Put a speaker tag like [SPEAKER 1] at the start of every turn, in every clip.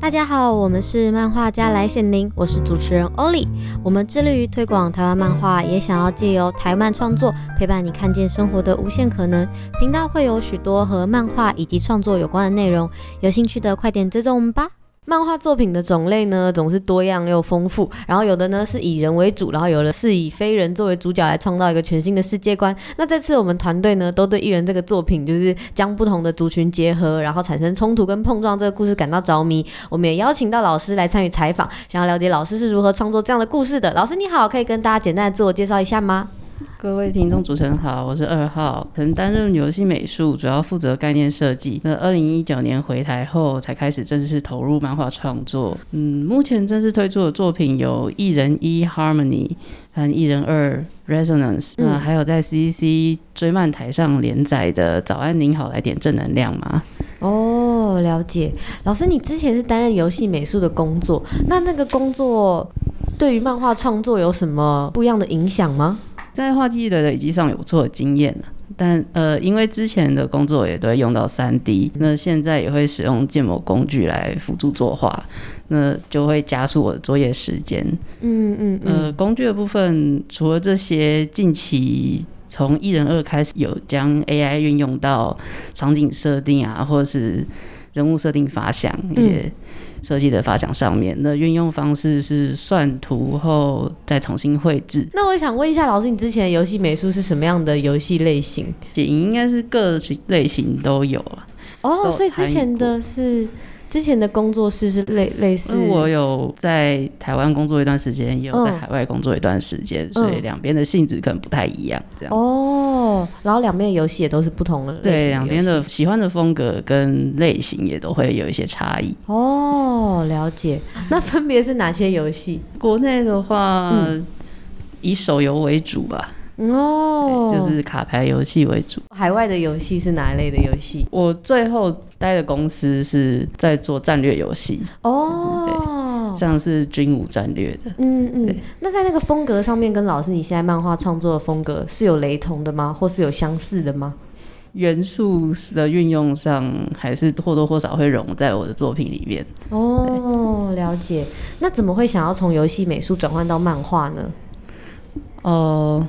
[SPEAKER 1] 大家好，我们是漫画家来显灵，我是主持人欧丽。我们致力于推广台湾漫画，也想要借由台漫创作陪伴你看见生活的无限可能。频道会有许多和漫画以及创作有关的内容，有兴趣的快点追踪我们吧。漫画作品的种类呢，总是多样又丰富。然后有的呢是以人为主，然后有的是以非人作为主角来创造一个全新的世界观。那这次我们团队呢，都对艺人这个作品，就是将不同的族群结合，然后产生冲突跟碰撞这个故事感到着迷。我们也邀请到老师来参与采访，想要了解老师是如何创作这样的故事的。老师你好，可以跟大家简单的自我介绍一下吗？
[SPEAKER 2] 各位听众，主持人好，我是二号，曾担任游戏美术，主要负责概念设计。那二零一九年回台后，才开始正式投入漫画创作。嗯，目前正式推出的作品有《一人一 Harmony》和《一人二 Resonance》，
[SPEAKER 1] 嗯
[SPEAKER 2] 那还有在 CCC 追漫台上连载的《早安您好，来点正能量》嘛。
[SPEAKER 1] 哦，了解。老师，你之前是担任游戏美术的工作，那那个工作对于漫画创作有什么不一样的影响吗？
[SPEAKER 2] 在画技艺的累积上有不错的经验啊但呃，因为之前的工作也都会用到三 D，那现在也会使用建模工具来辅助作画，那就会加速我的作业时间。
[SPEAKER 1] 嗯嗯
[SPEAKER 2] 呃，工具的部分除了这些，近期从一人二开始有将 AI 运用到场景设定啊，或者是人物设定发想一些设计的发想上面。那运用方式是算图后再重新绘制，
[SPEAKER 1] 那我想问一下，老师，你之前的游戏美术是什么样的游戏类型？
[SPEAKER 2] 应该是各型类型都有啊。
[SPEAKER 1] 哦，
[SPEAKER 2] 都
[SPEAKER 1] 所以之
[SPEAKER 2] 参与
[SPEAKER 1] 前的是之前的工作室是类类似
[SPEAKER 2] 因为呃我有在台湾工作一段时间，也有在
[SPEAKER 1] 嗯
[SPEAKER 2] 海外工作一段时间，所以两边的性质可能不太一样。这样、
[SPEAKER 1] 哦，然后两边的游戏也都是不同的类型
[SPEAKER 2] 对
[SPEAKER 1] 游戏
[SPEAKER 2] 两边的喜欢的风格跟类型也都会有一些差异。
[SPEAKER 1] 哦，了解。那分别是哪些游戏？
[SPEAKER 2] 国内的话，
[SPEAKER 1] 嗯
[SPEAKER 2] 以手游为主吧，
[SPEAKER 1] 哦，
[SPEAKER 2] 对就是卡牌游戏为主。
[SPEAKER 1] 海外的游戏是哪一类的游戏？
[SPEAKER 2] 我最后待的公司是在做战略游戏，
[SPEAKER 1] 哦，
[SPEAKER 2] 像是军武战略的。
[SPEAKER 1] 嗯嗯
[SPEAKER 2] 对。
[SPEAKER 1] 那在那个风格上面，跟老师你现在漫画创作的风格是有雷同的吗？或是有相似的吗？
[SPEAKER 2] 元素的运用上，还是或多或少会融在我的作品里面。
[SPEAKER 1] 哦，了解。那怎么会想要从游戏美术转换到漫画呢？
[SPEAKER 2] 哦、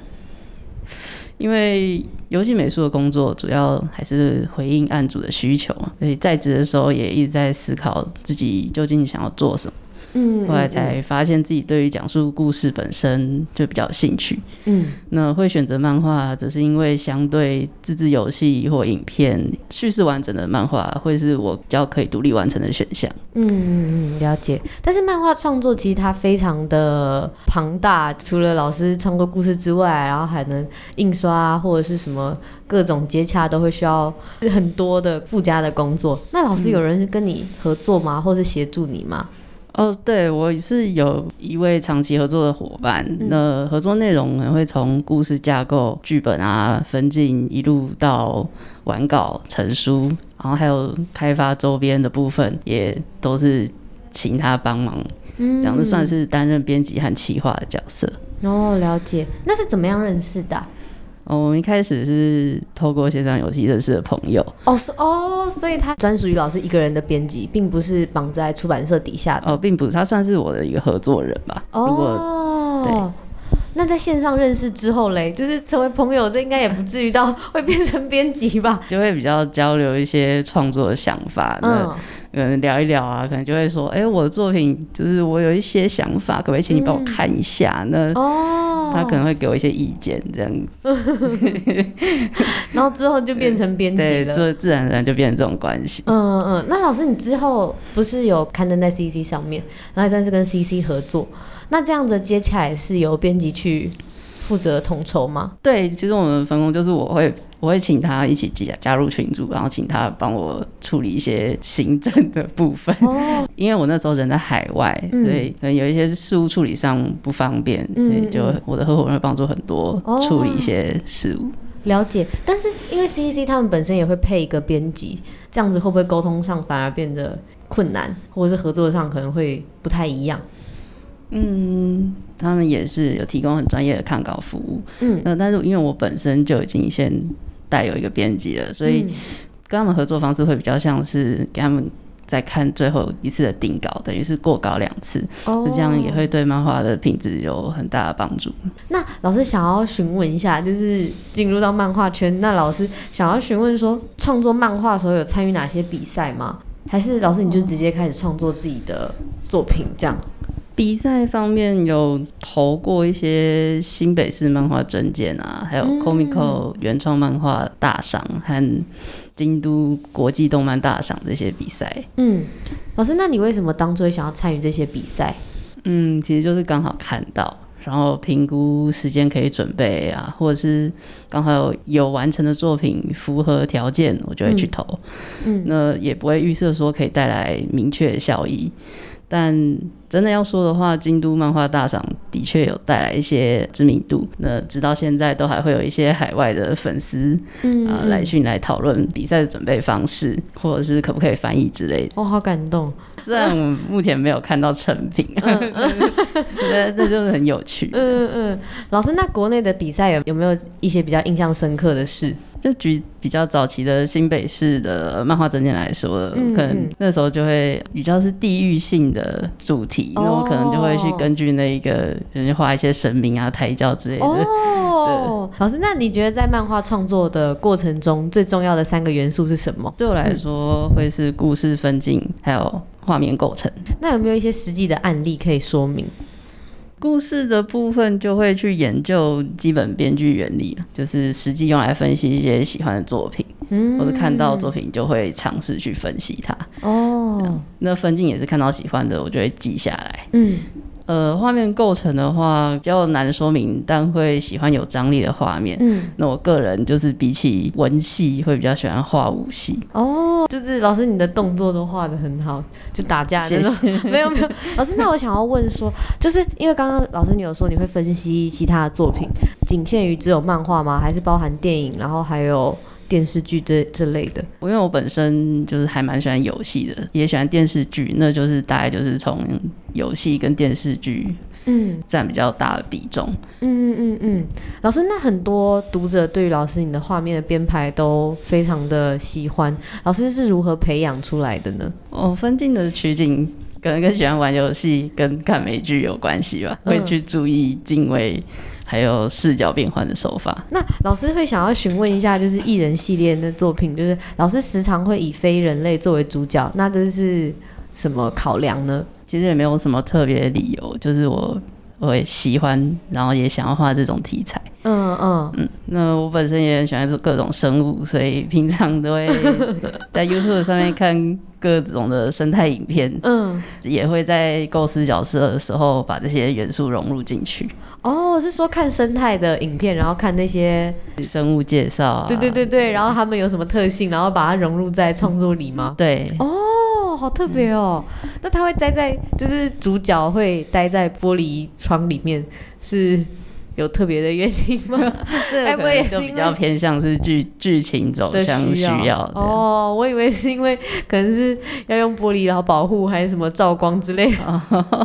[SPEAKER 2] 因为游戏美术的工作主要还是回应案主的需求嘛，所以在职的时候也一直在思考自己究竟想要做什么。
[SPEAKER 1] 嗯，
[SPEAKER 2] 后来
[SPEAKER 1] 嗯
[SPEAKER 2] 才发现自己对于讲述故事本身就比较有兴趣。
[SPEAKER 1] 嗯
[SPEAKER 2] 那会选择漫画，只是因为相对自制游戏或影片叙事完整的漫画，会是我比较可以独立完成的选项。
[SPEAKER 1] 嗯嗯，了解。但是漫画创作其实它非常的庞大，除了老师创作故事之外，然后还能印刷啊，或者是什么各种接洽都会需要很多的附加的工作。那老师有人跟你合作吗，或者协助你吗？
[SPEAKER 2] 哦，对，我是有一位长期合作的伙伴，
[SPEAKER 1] 嗯
[SPEAKER 2] 那合作内容可能会从故事架构、剧本啊、分镜一路到完稿、成书，然后还有开发周边的部分，也都是请他帮忙，
[SPEAKER 1] 嗯
[SPEAKER 2] 这样子算是担任编辑和企划的角色。
[SPEAKER 1] 哦，了解。那是怎么样认识的啊、
[SPEAKER 2] 哦，我们一开始是透过线上游戏认识的朋友，
[SPEAKER 1] 哦，是哦，所以他专属于老师一个人的编辑，并不是绑在出版社底下的。
[SPEAKER 2] 哦，并不是他算是我的一个合作人吧。如果
[SPEAKER 1] 哦，那在线上认识之后嘞，就是成为朋友，这应该也不至于到会变成编辑吧？
[SPEAKER 2] 就会比较交流一些创作的想法， 那
[SPEAKER 1] 嗯，
[SPEAKER 2] 可能聊一聊啊，可能就会说，哎、我的作品就是我有一些想法，可不可以请你帮我看一下呢？
[SPEAKER 1] 哦，
[SPEAKER 2] 他可能会给我一些意见，这样
[SPEAKER 1] 然后之后就变成编辑
[SPEAKER 2] 对，
[SPEAKER 1] 了。
[SPEAKER 2] 这自然而然就变成这种关系。
[SPEAKER 1] 嗯嗯，那老师，你之后不是有刊登在 CC 上面，然后也算是跟 CC 合作，那这样子接起来是由编辑去负责统筹 吗？
[SPEAKER 2] 对，其实我们的分工就是我会。我会请他一起加加入群组，然后请他帮我处理一些行政的部分，
[SPEAKER 1] 哦，
[SPEAKER 2] 因为我那时候人在海外，
[SPEAKER 1] 嗯
[SPEAKER 2] 所以可能有一些事务处理上不方便，
[SPEAKER 1] 嗯
[SPEAKER 2] 所以就我的合伙人会帮助很多
[SPEAKER 1] 哦
[SPEAKER 2] 处理一些事务。
[SPEAKER 1] 了解。但是因为 CC 他们本身也会配一个编辑，这样子会不会沟通上反而变得困难，或者是合作上可能会不太一样？
[SPEAKER 2] 嗯，他们也是有提供很专业的看稿服务。
[SPEAKER 1] 嗯，
[SPEAKER 2] 那但是因为我本身就已经先嗯
[SPEAKER 1] 嗯
[SPEAKER 2] 带有一个编辑了，所以跟他们合作方式会比较像是给他们再看最后一次的定稿，等于是过稿两次，
[SPEAKER 1] 哦
[SPEAKER 2] 那这样也会对漫画的品质有很大的帮助。
[SPEAKER 1] 那老师想要询问一下，就是进入到漫画圈，那老师想要询问说，创作漫画的时候有参与哪些比赛吗？还是老师你就直接开始创作自己的作品这样？
[SPEAKER 2] 比赛方面有投过一些新北市漫画证件啊，还有 Comico 原创漫画大赏和京都国际动漫大赏这些比赛。
[SPEAKER 1] 嗯，老师，那你为什么当初会想要参与这些比赛？
[SPEAKER 2] 嗯，其实就是刚好看到，然后评估时间可以准备啊，或者是刚好有有完成的作品符合条件，我就会去投。
[SPEAKER 1] 嗯，
[SPEAKER 2] 那也不会预设说可以带来明确的效益。但真的要说的话，京都漫画大赏的确有带来一些知名度。那直到现在都还会有一些海外的粉丝
[SPEAKER 1] 嗯
[SPEAKER 2] 啊、来讯来讨论比赛的准备方式，或者是可不可以翻译之类的。
[SPEAKER 1] 我、好感动。哦
[SPEAKER 2] 虽然我们目前没有看到成品， 那那就是很有趣。
[SPEAKER 1] 嗯嗯，老师，那国内的比赛有有没有一些比较印象深刻的事？
[SPEAKER 2] 就举比较早期的新北市的漫画证件来说，
[SPEAKER 1] 嗯
[SPEAKER 2] 可能
[SPEAKER 1] 嗯
[SPEAKER 2] 那时候就会比较是地域性的主题，
[SPEAKER 1] 哦
[SPEAKER 2] 那我可能就会去根据那一个，就是画一些神明啊、抬轿之类的。
[SPEAKER 1] 哦，老师，那你觉得在漫画创作的过程中，最重要的三个元素是什么？
[SPEAKER 2] 对我来说，会是故事分镜，还有画面构成。
[SPEAKER 1] 那有没有一些实际的案例可以说明？
[SPEAKER 2] 故事的部分就会去研究基本编剧原理，就是实际用来分析一些喜欢的作品。
[SPEAKER 1] 嗯
[SPEAKER 2] 或者看到作品就会尝试去分析它。
[SPEAKER 1] 哦，
[SPEAKER 2] 那分镜也是看到喜欢的，我就会记下来。
[SPEAKER 1] 嗯
[SPEAKER 2] 呃，画面构成的话比较难说明，但会喜欢有张力的画面。
[SPEAKER 1] 嗯，
[SPEAKER 2] 那我个人就是比起文戏，会比较喜欢画武戏。
[SPEAKER 1] 哦，就是老师你的动作都画的很好，就打架的
[SPEAKER 2] 谢
[SPEAKER 1] 那种。
[SPEAKER 2] 谢。
[SPEAKER 1] 没有没有，老师，那我想要问说，就是因为刚刚老师你有说你会分析其他的作品，仅限于只有漫画吗？还是包含电影，然后还有电视剧这这类的？
[SPEAKER 2] 我因为我本身就是还蛮喜欢游戏的，也喜欢电视剧，那就是大概就是从游戏跟电视剧
[SPEAKER 1] 嗯
[SPEAKER 2] 占比较大的比重。
[SPEAKER 1] 嗯嗯嗯，老师，那很多读者对于老师你的画面的编排都非常的喜欢，老师是如何培养出来的呢？
[SPEAKER 2] 哦，分镜的取景可能跟喜欢玩游戏、跟看美剧有关系吧，
[SPEAKER 1] 嗯
[SPEAKER 2] 会去注意敬畏，还有视角变换的手法。
[SPEAKER 1] 那老师会想要询问一下，就是艺人系列的作品，就是老师时常会以非人类作为主角，那这是什么考量呢？
[SPEAKER 2] 其实也没有什么特别的理由，就是我我也喜欢，然后也想要画这种题材。
[SPEAKER 1] 嗯嗯，
[SPEAKER 2] 嗯，那我本身也很喜欢各种生物，所以平常都会 在 YouTube 上面看各种的生态影片，
[SPEAKER 1] 嗯，
[SPEAKER 2] 也会在构思角色的时候把这些元素融入进去，
[SPEAKER 1] 哦，是说看生态的影片，然后看那些，呃
[SPEAKER 2] 生物介绍啊，
[SPEAKER 1] 对对对对，然后他们有什么特性，然后把它融入在创作里吗？
[SPEAKER 2] 对，
[SPEAKER 1] 哦，好特别哦。那他会待在，就是主角会待在玻璃窗里面，是有特别的原因吗？
[SPEAKER 2] 这
[SPEAKER 1] 哎
[SPEAKER 2] 个
[SPEAKER 1] 不
[SPEAKER 2] 可
[SPEAKER 1] 也
[SPEAKER 2] 能
[SPEAKER 1] 是
[SPEAKER 2] 就
[SPEAKER 1] 因
[SPEAKER 2] 比
[SPEAKER 1] 为
[SPEAKER 2] 较偏向是剧剧情走
[SPEAKER 1] 的
[SPEAKER 2] 向需
[SPEAKER 1] 要
[SPEAKER 2] 要的。
[SPEAKER 1] 哦，我以为是因为可能是要用玻璃然后保护，还是什么照光之类的。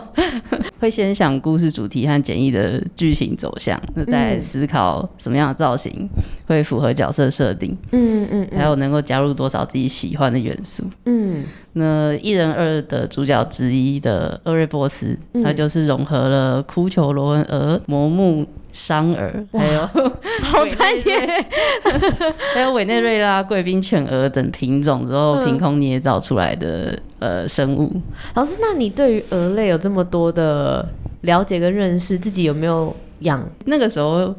[SPEAKER 2] 会先想故事主题和简易的剧情走向，那再
[SPEAKER 1] 嗯
[SPEAKER 2] 思考什么样的造型会符合角色设定，
[SPEAKER 1] 嗯嗯
[SPEAKER 2] 还有能够加入多少自己喜欢的元素。
[SPEAKER 1] 嗯
[SPEAKER 2] 那一人二的主角之一的厄瑞波斯，
[SPEAKER 1] 嗯
[SPEAKER 2] 他就是融合了哭球罗恩鹅、魔木商儿，还有
[SPEAKER 1] 嗯， 好专业。
[SPEAKER 2] 还有委内瑞拉贵宾犬鹅等品种之后
[SPEAKER 1] 嗯
[SPEAKER 2] 凭空捏造出来的呃生物。
[SPEAKER 1] 老师，那你对于蛾类有这么多的了解跟认识，自己有没有养？
[SPEAKER 2] 那个时候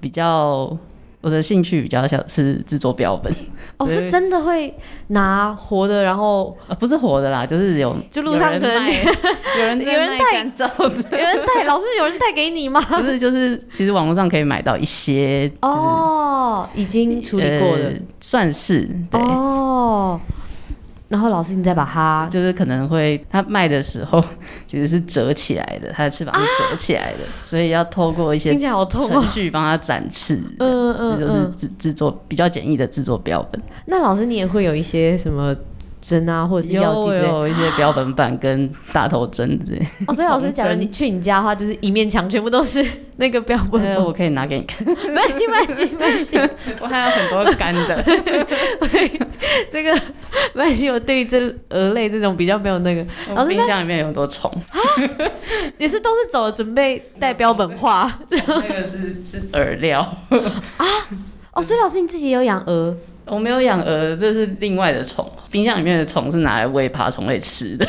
[SPEAKER 2] 比较我的兴趣比较像是制作标本，
[SPEAKER 1] 哦，
[SPEAKER 2] 对
[SPEAKER 1] 是真的会拿活的，然后
[SPEAKER 2] 呃、不是活的啦， 就是有
[SPEAKER 1] 就路上
[SPEAKER 2] 有
[SPEAKER 1] 可能
[SPEAKER 2] 人卖有 人
[SPEAKER 1] 有
[SPEAKER 2] 在
[SPEAKER 1] 人
[SPEAKER 2] 卖
[SPEAKER 1] 带
[SPEAKER 2] 干燥
[SPEAKER 1] 有
[SPEAKER 2] 的，
[SPEAKER 1] 人带， 老师有人带给你吗？
[SPEAKER 2] 不是就是其实网络上可以买到一些就是
[SPEAKER 1] 哦，已经处理过
[SPEAKER 2] 呃
[SPEAKER 1] 的。
[SPEAKER 2] 算是
[SPEAKER 1] 呃
[SPEAKER 2] 对。
[SPEAKER 1] 哦，然后老师你再把它
[SPEAKER 2] 就是可能会，它卖的时候 其实是折起来的，它的翅膀是折起来的，所以要透过一些
[SPEAKER 1] 啊听起来好痛
[SPEAKER 2] 程
[SPEAKER 1] 哦。
[SPEAKER 2] 序帮它展翅，
[SPEAKER 1] 嗯嗯
[SPEAKER 2] 这就是
[SPEAKER 1] 嗯。
[SPEAKER 2] 制制作比较简易的制作标本。
[SPEAKER 1] 那老师你也会有一些什么针啊，或者是
[SPEAKER 2] 有
[SPEAKER 1] 药剂
[SPEAKER 2] 我
[SPEAKER 1] 之类的？
[SPEAKER 2] 有一些标本板跟大头针之类的。
[SPEAKER 1] 哦，所以老师，
[SPEAKER 2] 重
[SPEAKER 1] 假如
[SPEAKER 2] 针
[SPEAKER 1] 你去你家的话，就是一面墙全部都是那个标本
[SPEAKER 2] 呃，
[SPEAKER 1] 吗。
[SPEAKER 2] 我可以拿给你 看，
[SPEAKER 1] 没关 系，没关系，没关系。
[SPEAKER 2] 我还有很多干的。
[SPEAKER 1] 这个没关系，我对于这鹅类这种比较没有那个，老
[SPEAKER 2] 我
[SPEAKER 1] 师
[SPEAKER 2] 冰箱里面有很多虫，
[SPEAKER 1] 也是都是走了准备带标本化
[SPEAKER 2] 那个是是饵料。
[SPEAKER 1] 哦。所以老师你自己也有养鹅，
[SPEAKER 2] 我没有养鹅，这是另外的虫。冰箱里面的虫是拿来喂爬虫类吃 的。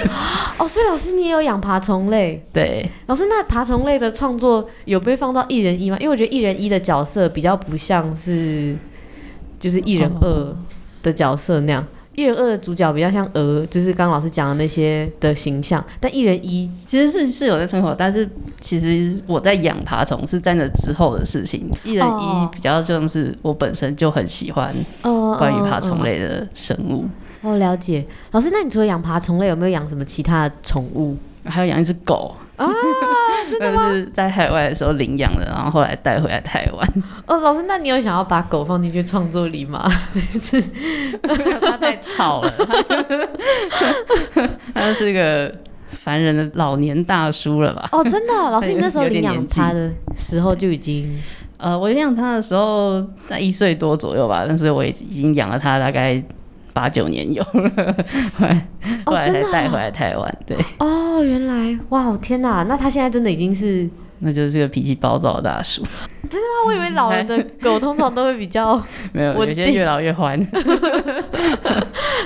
[SPEAKER 1] 哦，所以老师你也有养爬虫类。
[SPEAKER 2] 对，
[SPEAKER 1] 老师，那爬虫类的创作有被放到一人一吗？因为我觉得一人一的角色比较不像是就是一人二的角色那样。一人二的主角比较像鹅，就是刚刚老师讲的那些的形象，但一人一
[SPEAKER 2] 其实是是有在生活，但是其实我在养爬虫是在那之后的事情。一人一
[SPEAKER 1] 哦
[SPEAKER 2] 比较像是我本身就很喜欢
[SPEAKER 1] 哦
[SPEAKER 2] 关于爬虫类的生物，
[SPEAKER 1] 哦，了解。老师，那你除了养爬虫类，有没有养什么其他的宠物？
[SPEAKER 2] 还有养一只狗。啊，真的 吗？是在海外的时候领养的，然后后来带回来台湾。
[SPEAKER 1] 哦，老师，那你有想要把狗放进去创作里吗？
[SPEAKER 2] 他太吵了， 他就是个烦人的老年大叔了吧？
[SPEAKER 1] 哦， 真的哦，老师，
[SPEAKER 2] 对
[SPEAKER 1] 你那时候
[SPEAKER 2] 有
[SPEAKER 1] 领
[SPEAKER 2] 点
[SPEAKER 1] 养
[SPEAKER 2] 年纪
[SPEAKER 1] 它的时候就已经
[SPEAKER 2] 呃，我养他的时候在一岁多左右吧，但是我已已经养了他大概八九年有了， 后来后
[SPEAKER 1] 哦，
[SPEAKER 2] 来
[SPEAKER 1] 真
[SPEAKER 2] 才
[SPEAKER 1] 的
[SPEAKER 2] 带
[SPEAKER 1] 啊
[SPEAKER 2] 回来台湾。对，
[SPEAKER 1] 哦，原来哇，天哪，那它现在真的已经是
[SPEAKER 2] 那就是个脾气暴躁的大叔，
[SPEAKER 1] 啊，我以为老人的狗通常都会比较。
[SPEAKER 2] 没有
[SPEAKER 1] 我
[SPEAKER 2] 有些
[SPEAKER 1] 弟
[SPEAKER 2] 越老越欢。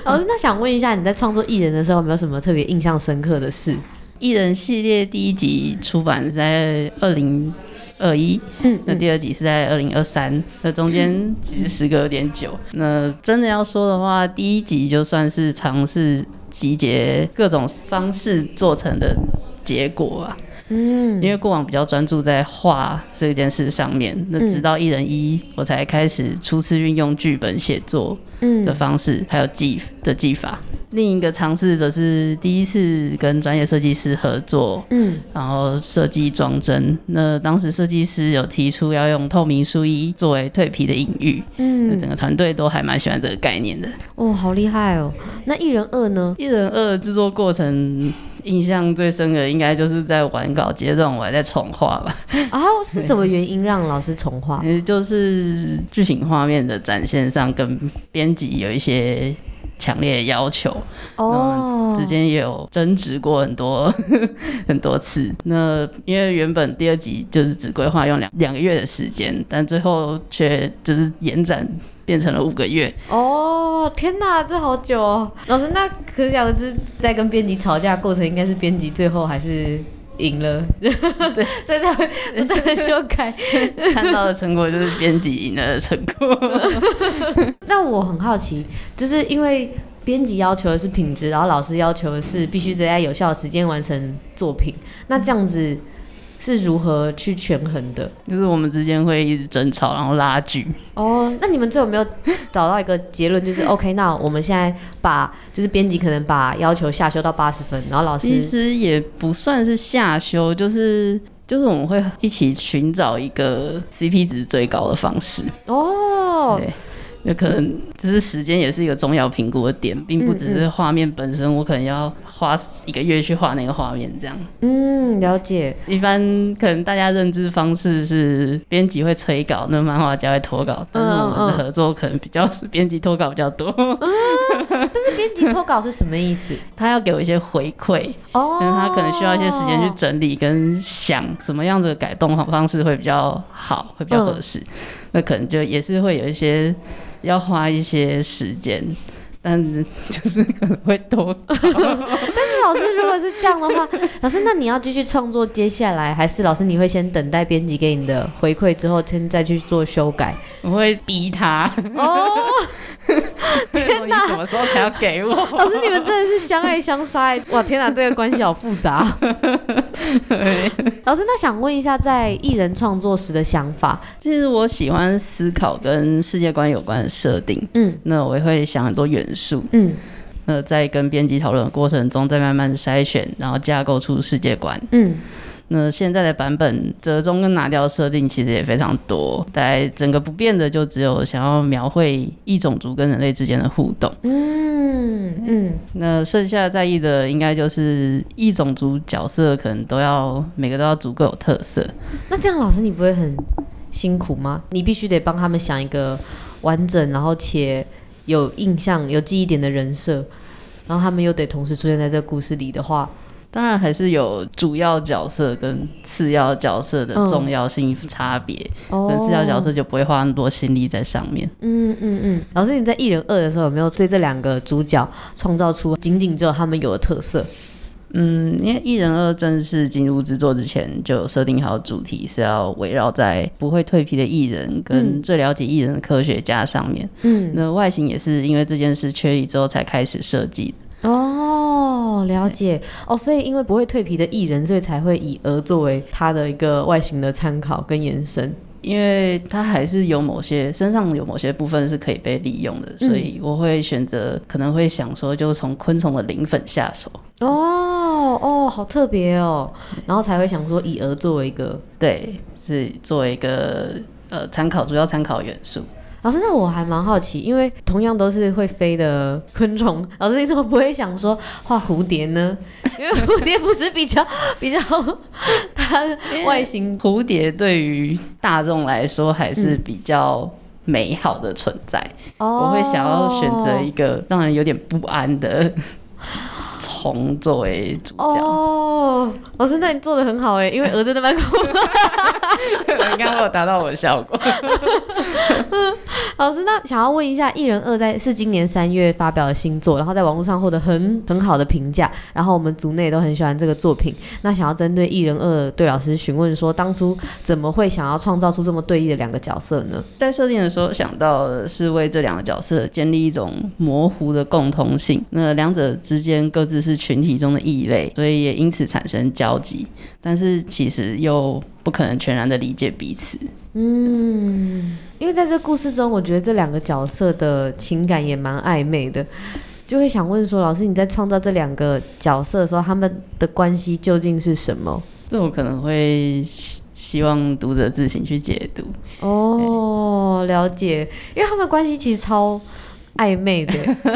[SPEAKER 1] 老师，那想问一下，你在创作艺人的时候，有没有什么特别印象深刻的事？
[SPEAKER 2] 艺人系列第一集出版是在二零二一，
[SPEAKER 1] 嗯
[SPEAKER 2] 那第二集是在二零二三，那中间其实时隔有点久。那真的要说的话，第一集就算是尝试集结各种方式做成的结果啊，
[SPEAKER 1] 嗯，
[SPEAKER 2] 因为过往比较专注在画这件事上面，那
[SPEAKER 1] 嗯
[SPEAKER 2] 直到一人一，我才开始初次运用剧本写作的
[SPEAKER 1] 嗯
[SPEAKER 2] 方式，还有技的技法。另一个尝试则是第一次跟专业设计师合作，
[SPEAKER 1] 嗯
[SPEAKER 2] 然后设计装帧。那当时设计师有提出要用透明书衣作为蜕皮的隐喻，那整
[SPEAKER 1] 嗯，
[SPEAKER 2] 个团队都还蛮喜欢这个概念的。
[SPEAKER 1] 哦，好厉害哦。那艺人二呢？
[SPEAKER 2] 一人二制作过程。印象最深的应该就是在完稿阶段，我还在重画吧，
[SPEAKER 1] 啊，是什么原因让老师重画？
[SPEAKER 2] 也就是剧情画面的展现上跟编辑有一些强烈的要求，
[SPEAKER 1] 哦，
[SPEAKER 2] 之间也有争执过很多 很多次。那因为原本第二集就是只规划用两两个月的时间，但最后却就是延展变成了五个 月。
[SPEAKER 1] 哦，天哪，这好久哦！老师，那可想而知，在跟编辑吵架的过程，应该是编辑最后还是赢了， 对，所以才会不断的修改。
[SPEAKER 2] 看到的成果就是编辑赢了的成果。
[SPEAKER 1] 但我很好奇，就是因为编辑要求的是品质，然后老师要求的是必须得在有效的时间完成作品，那这样子是如何去权衡的？
[SPEAKER 2] 就是我们之间会一直争吵，然后拉锯。
[SPEAKER 1] 哦，那你们最后有没有找到一个结论，就是 OK？那我们现在把就是编辑可能把要求下修到八十分，然后老
[SPEAKER 2] 其
[SPEAKER 1] 师
[SPEAKER 2] 实也不算是下修，就是。就是我们会一起寻找一个 CP 值最高的方式，
[SPEAKER 1] 哦，
[SPEAKER 2] 对，那可能就是时间也是一个重要评估的点，并不只是画面本身，我可能要花一个月去画那个画面这样。
[SPEAKER 1] 嗯，了解。
[SPEAKER 2] 一般可能大家认知方式是编辑会催稿，那漫画家会脱稿，但是我们的合作可能比较是编辑脱稿比较多，
[SPEAKER 1] 但是编辑投稿是什么意思？
[SPEAKER 2] 他要给我一些回馈，
[SPEAKER 1] 哦，
[SPEAKER 2] 但是他可能需要一些时间去整理跟想怎么样的改动方式会比较好，会比较合适。那可能就也是会有一些要花一些时间，但 就是可能会多。
[SPEAKER 1] 那老师如果是这样的话， 老师那你要继续创作，接下来还是老师你会先等待编辑给你的回馈之后，先再去做修改？
[SPEAKER 2] 我会逼他，
[SPEAKER 1] 哦，
[SPEAKER 2] 说你什么时候才要给 我？
[SPEAKER 1] 老师你们真的是相爱相杀欸， 哇天哪，这个关系好复 杂。啊老师，那想问一下，在艺人创作时的想法，
[SPEAKER 2] 其实我喜欢思考跟世界观有关的设定，
[SPEAKER 1] 嗯
[SPEAKER 2] 那我也会想很多元素，
[SPEAKER 1] 嗯
[SPEAKER 2] 那在跟编辑讨论的过程中，再慢慢筛选，然后架构出世界观。
[SPEAKER 1] 嗯，
[SPEAKER 2] 那现在的版本折中跟拿掉的设定其实也非常多，大概整个不变的就只有想要描绘异种族跟人类之间的互动。
[SPEAKER 1] 嗯嗯，
[SPEAKER 2] 那剩下在意的应该就是异种族角色可能都要每个都要足够有特色。
[SPEAKER 1] 那这样老师你不会很辛苦吗？你必须得帮他们想一个完整，然后且有印象、有记忆点的人设，然后他们又得同时出现在这个故事里的话，
[SPEAKER 2] 当然还是有主要角色跟次要角色的
[SPEAKER 3] 嗯
[SPEAKER 2] 重要性差别，
[SPEAKER 3] 哦
[SPEAKER 2] 可能次要角色就不会花那么多心力在上面。
[SPEAKER 3] 嗯嗯嗯，
[SPEAKER 1] 老师你在《艺人二》的时候有没有对这两个主角创造出仅仅只有他们有的特色？
[SPEAKER 2] 嗯，因为《一人二》正式进入制作之前，就有设定好主题是要围绕在不会蜕皮的艺人跟最了解艺人的科学家上面。
[SPEAKER 3] 嗯，
[SPEAKER 2] 那外形也是因为这件事确立之后才开始设计的。
[SPEAKER 1] 嗯哦，了解哦，所以因为不会蜕皮的艺人，所以才会以鹅作为他的一个外形的参考跟延伸。
[SPEAKER 2] 因为它还是有某些身上有某些部分是可以被利用的，所以我会选择可能会想说，就从昆虫的磷粉下手。
[SPEAKER 1] 哦哦，好特别哦，然后才会想说以鹅作为一个
[SPEAKER 2] 对，是作为一个呃参考主要参考元素。
[SPEAKER 1] 老师，那我还蛮好奇，因为同样都是会飞的昆虫，老师你怎么不会想说画蝴蝶呢？ 因为蝴蝶不是比较 比较它的外形
[SPEAKER 2] 嗯蝴蝶对于大众来说还是比较美好的存在，
[SPEAKER 1] 哦
[SPEAKER 2] 我会想要选择一个让人有点不安的虫作为主角。
[SPEAKER 1] 哦，老师，那你做的很好哎，因为鹅真的蛮恐怖。
[SPEAKER 2] 应该没有达到我的效果。
[SPEAKER 1] 老师，那想要问一下，《一人二在》是今年三月发表的新作，然后在网络上获得很很好的评价，然后我们组内都很喜欢这个作品。那想要针对《一人二》对老师询问说，当初怎么会想要创造出这么对立的两个角色呢？
[SPEAKER 2] 在设定的时候想到的是为这两个角色建立一种模糊的共通性，那两者之间各自是群体中的异类，所以也因此产生交集，但是其实又不可能全然的理解彼此。
[SPEAKER 1] 嗯因为在这故事中，我觉得这两个角色的情感也蛮暧昧的，就会想问说，老师你在创造这两个角色的时候，他们的关系究竟是什么？
[SPEAKER 2] 这我可能会希希望读者自行去解读。
[SPEAKER 1] 哦，了解，因为他们关系其实超暧昧 的，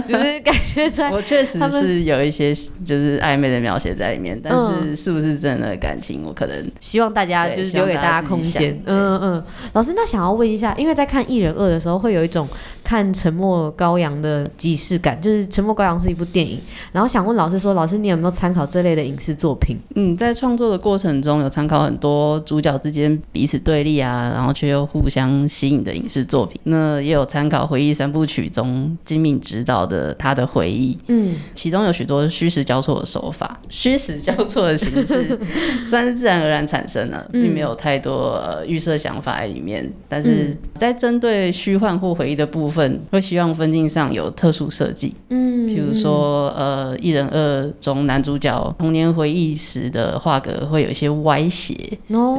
[SPEAKER 1] 就是感觉出来。
[SPEAKER 2] 我确实
[SPEAKER 1] 他们
[SPEAKER 2] 是有一些就是暧昧的描写在里面，但
[SPEAKER 1] 嗯
[SPEAKER 2] 是是不是真的感情，我可能
[SPEAKER 1] 希望大家
[SPEAKER 2] 对
[SPEAKER 1] 就是
[SPEAKER 2] 希
[SPEAKER 1] 留
[SPEAKER 2] 望
[SPEAKER 1] 给
[SPEAKER 2] 大
[SPEAKER 1] 大家
[SPEAKER 2] 家自己
[SPEAKER 1] 空间
[SPEAKER 2] 想。对
[SPEAKER 1] 嗯嗯，老师，那想要问一下，因为在看《艺人二》的时候，会有一种看《沉默羔羊》的即视感，就是《沉默羔羊》是一部电影，然后想问老师说，老师你有没有参考这类的影视作品？
[SPEAKER 2] 嗯，在创作的过程中有参考很多主角之间彼此对立啊，然后却又互相吸引的影视作品。那也有参考《回忆三部曲》中金敏执导的他的回忆，
[SPEAKER 1] 嗯，
[SPEAKER 2] 其中有许多虚实交错的手法， 虚实交错的形式算是自然而然产生了，并没有太多呃预设想法在里面。但是在针对虚幻或回忆的部分，会希望分镜上有特殊设计，
[SPEAKER 1] 嗯
[SPEAKER 2] 譬如说呃《一人二》中男主角童年回忆时的画格会有一些歪斜，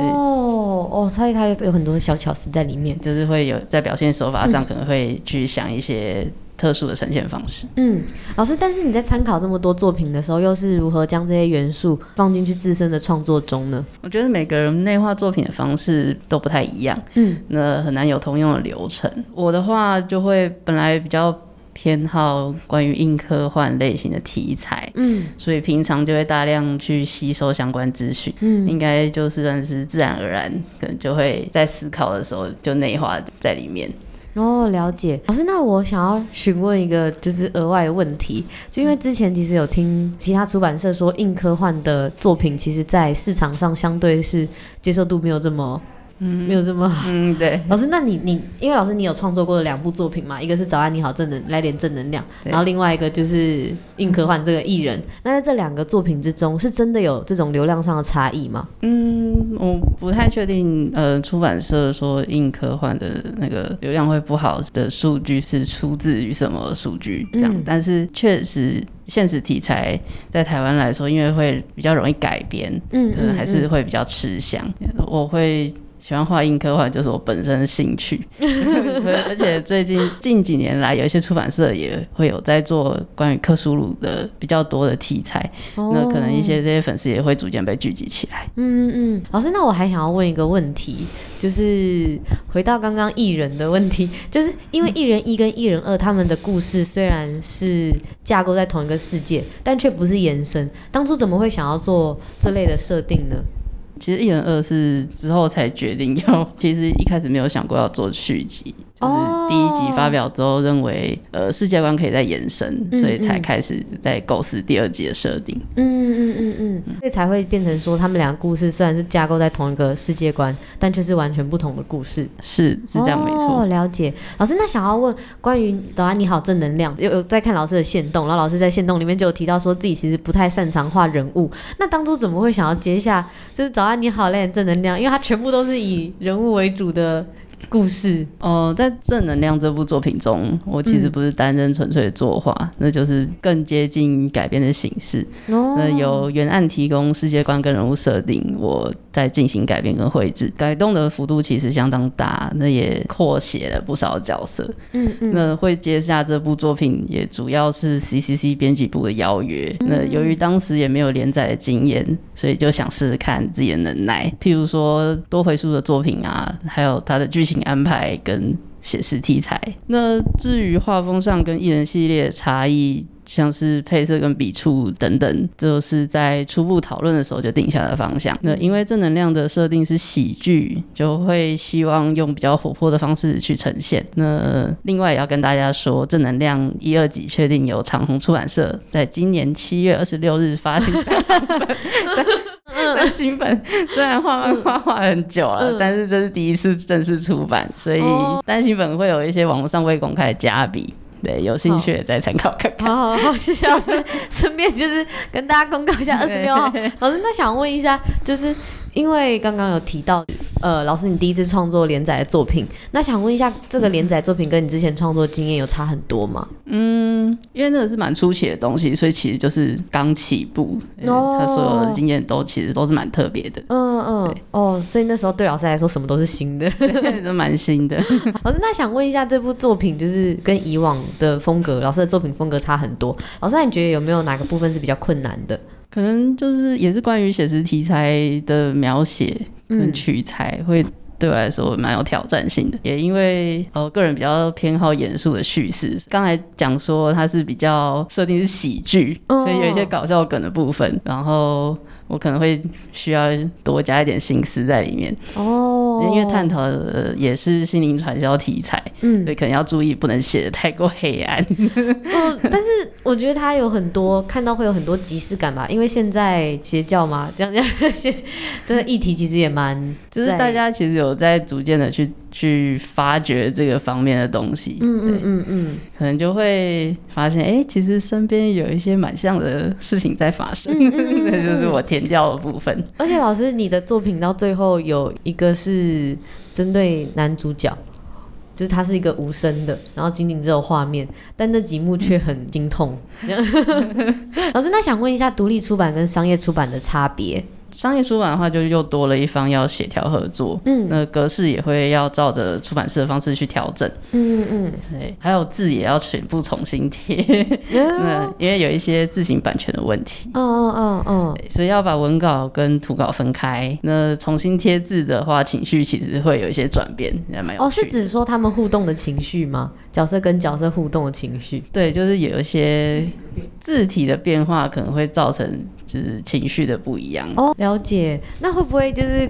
[SPEAKER 1] 哦哦，所以它有很多小巧思在里面。
[SPEAKER 2] 就是会有在表现手法上可能会去想一些特殊的呈现方式。
[SPEAKER 1] 嗯，老师，但是你在参考这么多作品的时候，又是如何将这些元素放进去自身的创作中呢？
[SPEAKER 2] 我觉得每个人内化作品的方式都不太一样，
[SPEAKER 1] 嗯，
[SPEAKER 2] 那很难有通用的流程。我的话就会本来比较偏好关于硬科幻类型的题材，
[SPEAKER 1] 嗯，
[SPEAKER 2] 所以平常就会大量去吸收相关资讯，
[SPEAKER 1] 嗯，
[SPEAKER 2] 应该就是算是自然而然，可能就会在思考的时候就内化在里面。
[SPEAKER 1] 哦，了解。老师，那我想要询问一个就是额外的问题，就因为之前其实有听其他出版社说，硬科幻的作品其实在市场上相对是接受度没有这么，嗯，没有这么好。
[SPEAKER 2] 嗯，对。
[SPEAKER 1] 老师，那你你因为老师你有创作过的两部作品嘛，一个是《早安你好正能来点正能量》，
[SPEAKER 2] 对
[SPEAKER 1] 然后另外一个就是硬科幻这个艺人。那在这两个作品之中，是真的有这种流量上的差异吗？
[SPEAKER 2] 嗯，我不太确定，呃，出版社说硬科幻的那个流量会不好的数据是出自于什么数据这样，
[SPEAKER 1] 嗯
[SPEAKER 2] 但是确实现实题材在台湾来说，因为会比较容易改编，
[SPEAKER 1] 嗯
[SPEAKER 2] 可能还是会比较吃香。我会。喜欢画硬科幻就是我本身的 兴趣，而且最近近几年来，有一些出版社也会有在做关于克苏鲁的比较多的题材，那可能一些这些粉丝也会逐渐被聚集起来。
[SPEAKER 1] 哦嗯嗯，嗯，老师，那我还想要问一个问题，就是回到刚刚艺人的问题，就是因为艺人一跟艺人二他们的故事虽然是架构在同一个世界，但却不是延伸。当初怎么会想要做这类的设定呢？
[SPEAKER 2] 其实《一人二》是之后才决定要，其实一开始没有想过要做续集，就是第一集发表之后，认为、呃世界观可以再延伸，
[SPEAKER 4] 嗯
[SPEAKER 2] 所以才
[SPEAKER 4] 嗯
[SPEAKER 2] 开始在构思第二集的设定。
[SPEAKER 1] 嗯嗯嗯嗯，所以才会变成说，他们两个故事虽然是架构在同一个世界观，但却是完全不同的故事，
[SPEAKER 2] 是是这样没
[SPEAKER 1] 哦，
[SPEAKER 2] 错。
[SPEAKER 1] 了解。老师，那想要问关于“早安你好”正能量，有有在看老师的线动，然后老师在线动里面就有提到说自己其实不太擅长画人物，那当初怎么会想要接下就是“早安你好”类的正能量？因为它全部都是以人物为主的故事。
[SPEAKER 2] 哦、在《正能量》这部作品中，我其实不是担任纯粹的作画，那就是更接近改编的形式。
[SPEAKER 1] 哦
[SPEAKER 2] 那由原案提供世界观跟人物设定，我再进行改变跟绘制，改动的幅度其实相当大，那也扩写了不少角色。
[SPEAKER 4] 嗯嗯，
[SPEAKER 2] 那会接下这部作品，也主要是 CCC 编辑部的邀约。那由于当时也没有连载的经验，所以就想试试看自己的能耐，譬如说多回溯的作品啊，还有它的剧情安排跟写实题材。那至于画风上跟艺人系列的差异。像是配色跟笔触等等，就是在初步讨论的时候就定下了方向。那因为正能量的设定是喜剧，就会希望用比较活泼的方式去呈现。那另外也要跟大家说，正能量一二集确定由长虹出版社在今年七月二十六日发行 单行本。虽然画漫画画很久了，
[SPEAKER 1] 嗯
[SPEAKER 2] 但是这是第一次正式出版，所以
[SPEAKER 1] 哦
[SPEAKER 2] 单行本会有一些网络上未公开的加笔。对，有兴趣的再参考看看。
[SPEAKER 1] 好 好好，谢谢老 师。顺便就是跟大家公告一下，二十六号老师，那想问一下，就是因为刚刚有提到，呃，老师你第一次创作连载的作品，那想问一下，这个连载作品跟你之前创作经验有差很多吗？
[SPEAKER 2] 嗯，因为那个是蛮初期的东西，所以其实就是刚起步，
[SPEAKER 1] 哦，
[SPEAKER 2] 呃他所有的经验都其实都是蛮特别的
[SPEAKER 1] 嗯嗯，哦，所以那时候对老师来说，什么都是新 的。
[SPEAKER 2] 对都蛮新的。
[SPEAKER 1] 老师，那想问一下，这部作品就是跟以往的风格，老师的作品风格差很多。老师，那你觉得有没有哪个部分是比较困难的？
[SPEAKER 2] 可能就是也是关于写实题材的描写跟
[SPEAKER 1] 嗯
[SPEAKER 2] 取材会。对我来说蛮有挑战性的，也因为呃个人比较偏好严肃的叙事。刚才讲说它是比较设定是喜剧，
[SPEAKER 1] 哦
[SPEAKER 2] 所以有一些搞笑梗的部分，然后我可能会需要多加一点心思在里面，
[SPEAKER 1] 哦
[SPEAKER 2] 因为探讨的也是心灵传销题材，
[SPEAKER 1] 嗯
[SPEAKER 2] 所以可能要注意不能写的太过黑暗。
[SPEAKER 1] 嗯，但是我觉得它有很多看到会有很多即视感吧，因为现在邪教嘛，这样这样邪这个议题其实也蛮
[SPEAKER 2] 就是
[SPEAKER 1] 在
[SPEAKER 2] 大家其实有在逐渐的去去发掘这个方面的东西，
[SPEAKER 1] 嗯
[SPEAKER 2] 对
[SPEAKER 1] 嗯嗯嗯
[SPEAKER 2] 可能就会发现，哎、其实身边有一些蛮像的事情在发生，
[SPEAKER 1] 嗯 嗯嗯
[SPEAKER 2] 那就是我填掉的部分。
[SPEAKER 1] 而且老师，你的作品到最后有一个是针对男主角，就是他是一个无声的，然后仅仅只有画面，但那几幕却很惊痛。老师，那想问一下，独立出版跟商业出版的差别？
[SPEAKER 2] 商业出版的话，就又多了一方要协调合作，
[SPEAKER 1] 嗯
[SPEAKER 2] 那格式也会要照着出版社的方式去调整，
[SPEAKER 1] 嗯嗯
[SPEAKER 2] 对，还有字也要全部重新贴， 那
[SPEAKER 1] 哦
[SPEAKER 2] 因为有一些字形版权的问题。
[SPEAKER 1] 嗯嗯嗯嗯，
[SPEAKER 2] 对所以要把文稿跟图稿分开。那重新贴字的话，情绪其实会有一些转变，也蛮有
[SPEAKER 1] 哦，
[SPEAKER 2] 趣
[SPEAKER 1] 是
[SPEAKER 2] 的
[SPEAKER 1] 指说他们互动的情绪吗？角色跟角色互动的情绪？
[SPEAKER 2] 对，就是有一些字体的变化，可能会造成就是情绪的不一样。
[SPEAKER 1] 哦，了解。那会不会就是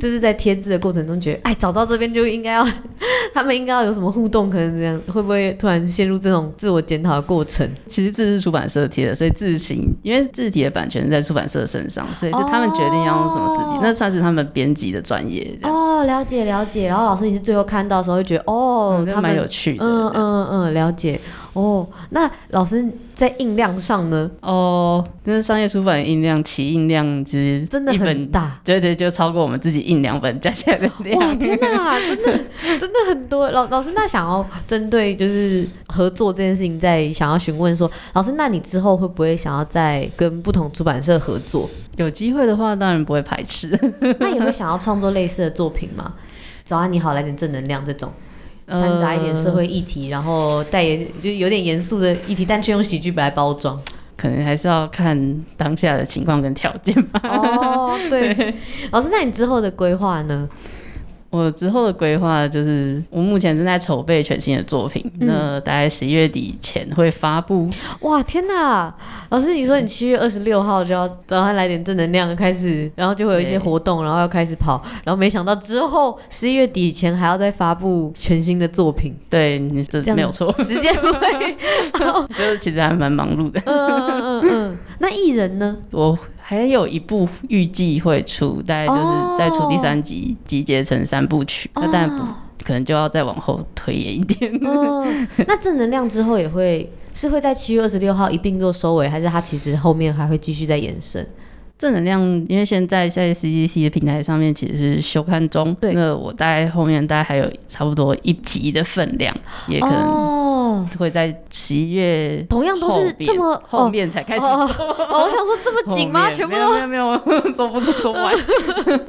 [SPEAKER 1] 就是在贴字的过程中觉得，哎，早知道这边就应该要， 他们应该要有什么互动，可能这样，会不会突然陷入这种自我检讨的过程？
[SPEAKER 2] 其实字是出版社贴的，所以字形因为字体的版权是在出版社身上，所以是他们决定要用什么字体，
[SPEAKER 1] 哦
[SPEAKER 2] 那算是他们编辑的专业。这样
[SPEAKER 1] 哦，了解了解。然后老师你是最后看到的时候，会觉得哦
[SPEAKER 2] 嗯，就
[SPEAKER 1] 他
[SPEAKER 2] 蛮
[SPEAKER 1] 们
[SPEAKER 2] 有趣的。
[SPEAKER 1] 嗯
[SPEAKER 2] 对
[SPEAKER 1] 嗯嗯，了解。哦，那老师在音量上呢，
[SPEAKER 2] 哦，那商业出版的印量，其印量其实
[SPEAKER 1] 真的
[SPEAKER 2] 一
[SPEAKER 1] 很
[SPEAKER 2] 本，
[SPEAKER 1] 大。
[SPEAKER 2] 对对，就超过我们自己印两本加起来的量。
[SPEAKER 1] 哇，天哪，真的真的很多。老老师，那想要针对就是合作这件事情，在想要询问说，老师，那你之后会不会想要再跟不同出版社合作？
[SPEAKER 2] 有机会的话，当然不会排斥。
[SPEAKER 1] 那也会想要创作类似的作品吗？早安，你好，来点正能量这种，掺杂一点社会议题，然后带也就有点严肃的议题，但却用喜剧来包装。
[SPEAKER 2] 可能还是要看当下的情况跟条件吧。
[SPEAKER 1] 哦，对，老师，那你之后的规划呢？
[SPEAKER 2] 我之后的规划就是，我目前正在筹备全新的作品，
[SPEAKER 1] 嗯
[SPEAKER 2] 那大概十一月底前会发布。
[SPEAKER 1] 哇，天哪！老师，你说你七月二十六号就要，然后来点正能量，开始，然后就会有一些
[SPEAKER 2] 对
[SPEAKER 1] 活动，然后要开始跑，然后没想到之后十一月底前还要再发布全新的作品，
[SPEAKER 2] 对，你这
[SPEAKER 1] 这样，
[SPEAKER 2] 没有错
[SPEAKER 1] 时间不会，
[SPEAKER 2] 就是其实还蛮忙碌的。
[SPEAKER 1] 嗯嗯嗯嗯。那艺人呢？
[SPEAKER 2] 我还有一部预计会出，大概就是再出第三
[SPEAKER 1] 哦
[SPEAKER 2] 集，集结成三部曲。那当然不，可能就要再往后推延一点。
[SPEAKER 1] 哦，那正能量之后也会是会在七月二十六号一并做收尾，还是它其实后面还会继续再延伸？
[SPEAKER 2] 正能量，因为现在在 CCC 的平台上面其实是休刊中，
[SPEAKER 1] 对
[SPEAKER 2] 那我大概后面大概还有差不多一集的分量，也可能
[SPEAKER 1] 哦，
[SPEAKER 2] 会在十一月
[SPEAKER 1] 同样都是
[SPEAKER 2] 后面
[SPEAKER 1] 这么
[SPEAKER 2] 后
[SPEAKER 1] 哦
[SPEAKER 2] 面才开始
[SPEAKER 1] 哦哦，我想说这 么紧吗？全部都
[SPEAKER 2] 没有没有没有 走不出走不 完。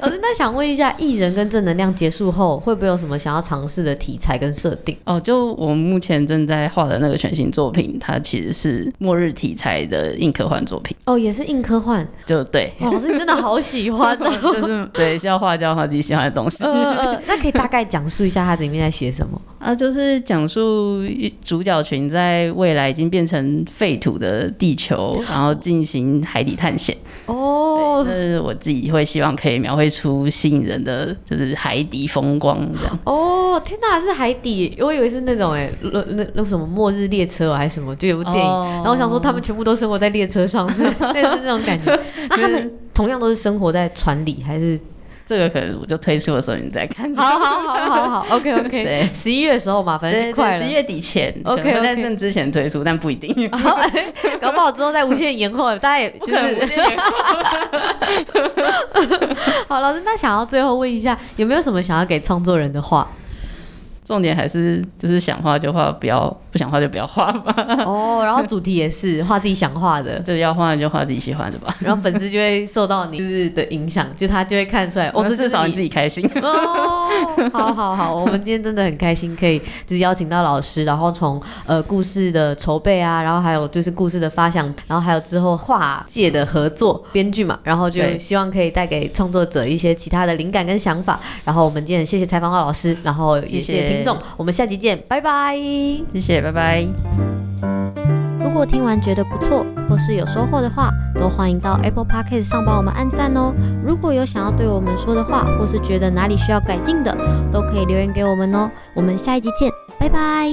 [SPEAKER 1] 老呃师，那想问一下，艺人跟正能量结束后，会不会有什么想要尝试的题材跟设定？
[SPEAKER 2] 哦，就我们目前正在画的那个全新作品，它其实是末日题材的硬科幻作品，
[SPEAKER 1] 哦，也是硬科幻。
[SPEAKER 2] 就对，
[SPEAKER 1] 哇，老师，你真的好喜欢哦。
[SPEAKER 2] 就是对是要画交画自己喜欢的东西
[SPEAKER 1] 呃。 呃，那可以大概讲述一下它里面在写什么？
[SPEAKER 2] 啊，就是讲述一主角群在未来已经变成废土的地球，然后进行海底探险。
[SPEAKER 1] 哦
[SPEAKER 2] 这是我自己会希望可以描绘出吸引人的，就是海底风光这样。
[SPEAKER 1] 哦，天哪，是海底，我以为是那种哎、那那那什么末日列车、哦、还是什么，就有部电影。
[SPEAKER 2] 哦
[SPEAKER 1] 然后我想说，他们全部都生活在列车上，是 类似那种感觉。那他们同样都是生活在船里，还是？
[SPEAKER 2] 这个可能我就推出的时候你再看。
[SPEAKER 1] 好好好好好，OK OK
[SPEAKER 2] 对。
[SPEAKER 1] 十一月的时候嘛，反正
[SPEAKER 2] 对，
[SPEAKER 1] 就快了
[SPEAKER 2] 十。月底前
[SPEAKER 1] OK，
[SPEAKER 2] 可能会在
[SPEAKER 1] OK
[SPEAKER 2] 那之前推出，但不一 定。
[SPEAKER 1] 搞不好之后再无限延后，大家也
[SPEAKER 2] 不
[SPEAKER 1] 就
[SPEAKER 2] 可能无
[SPEAKER 1] 是
[SPEAKER 2] 限延
[SPEAKER 1] 好。老师，那想要最后问一下，有没有什么想要给创作人的 话？
[SPEAKER 2] 重点还是就是想画就画，不要不想画就不要画吧。
[SPEAKER 1] 哦，然后主题也是画自己想画的，
[SPEAKER 2] 就是要画就画自己喜欢的吧。
[SPEAKER 1] 然后粉丝就会受到你就是的影响，就他就会看出 来，哦，这就是
[SPEAKER 2] 至少你自
[SPEAKER 1] 己。
[SPEAKER 2] 己开心。
[SPEAKER 1] 哦，好好 好，我们今天真的很开心，可以就是邀请到老师，然后从呃故事的筹备啊，然后还有就是故事的发想，然后还有之后跨界的合作，编剧嘛，然后就
[SPEAKER 2] 对
[SPEAKER 1] 希望可以带给创作者一些其他的灵感跟想法。然后我们今天很谢谢采访到老师，然后也谢谢
[SPEAKER 2] 谢谢
[SPEAKER 1] 听众，我们下集见，拜拜。
[SPEAKER 2] 谢谢，拜拜。
[SPEAKER 5] 如果听完觉得不错，或是有收获的话，都欢迎到 Apple Podcast 上帮我们按赞哦。如果有想要对我们说的话，或是觉得哪里需要改进的，都可以留言给我们哦。我们下一集见，拜拜。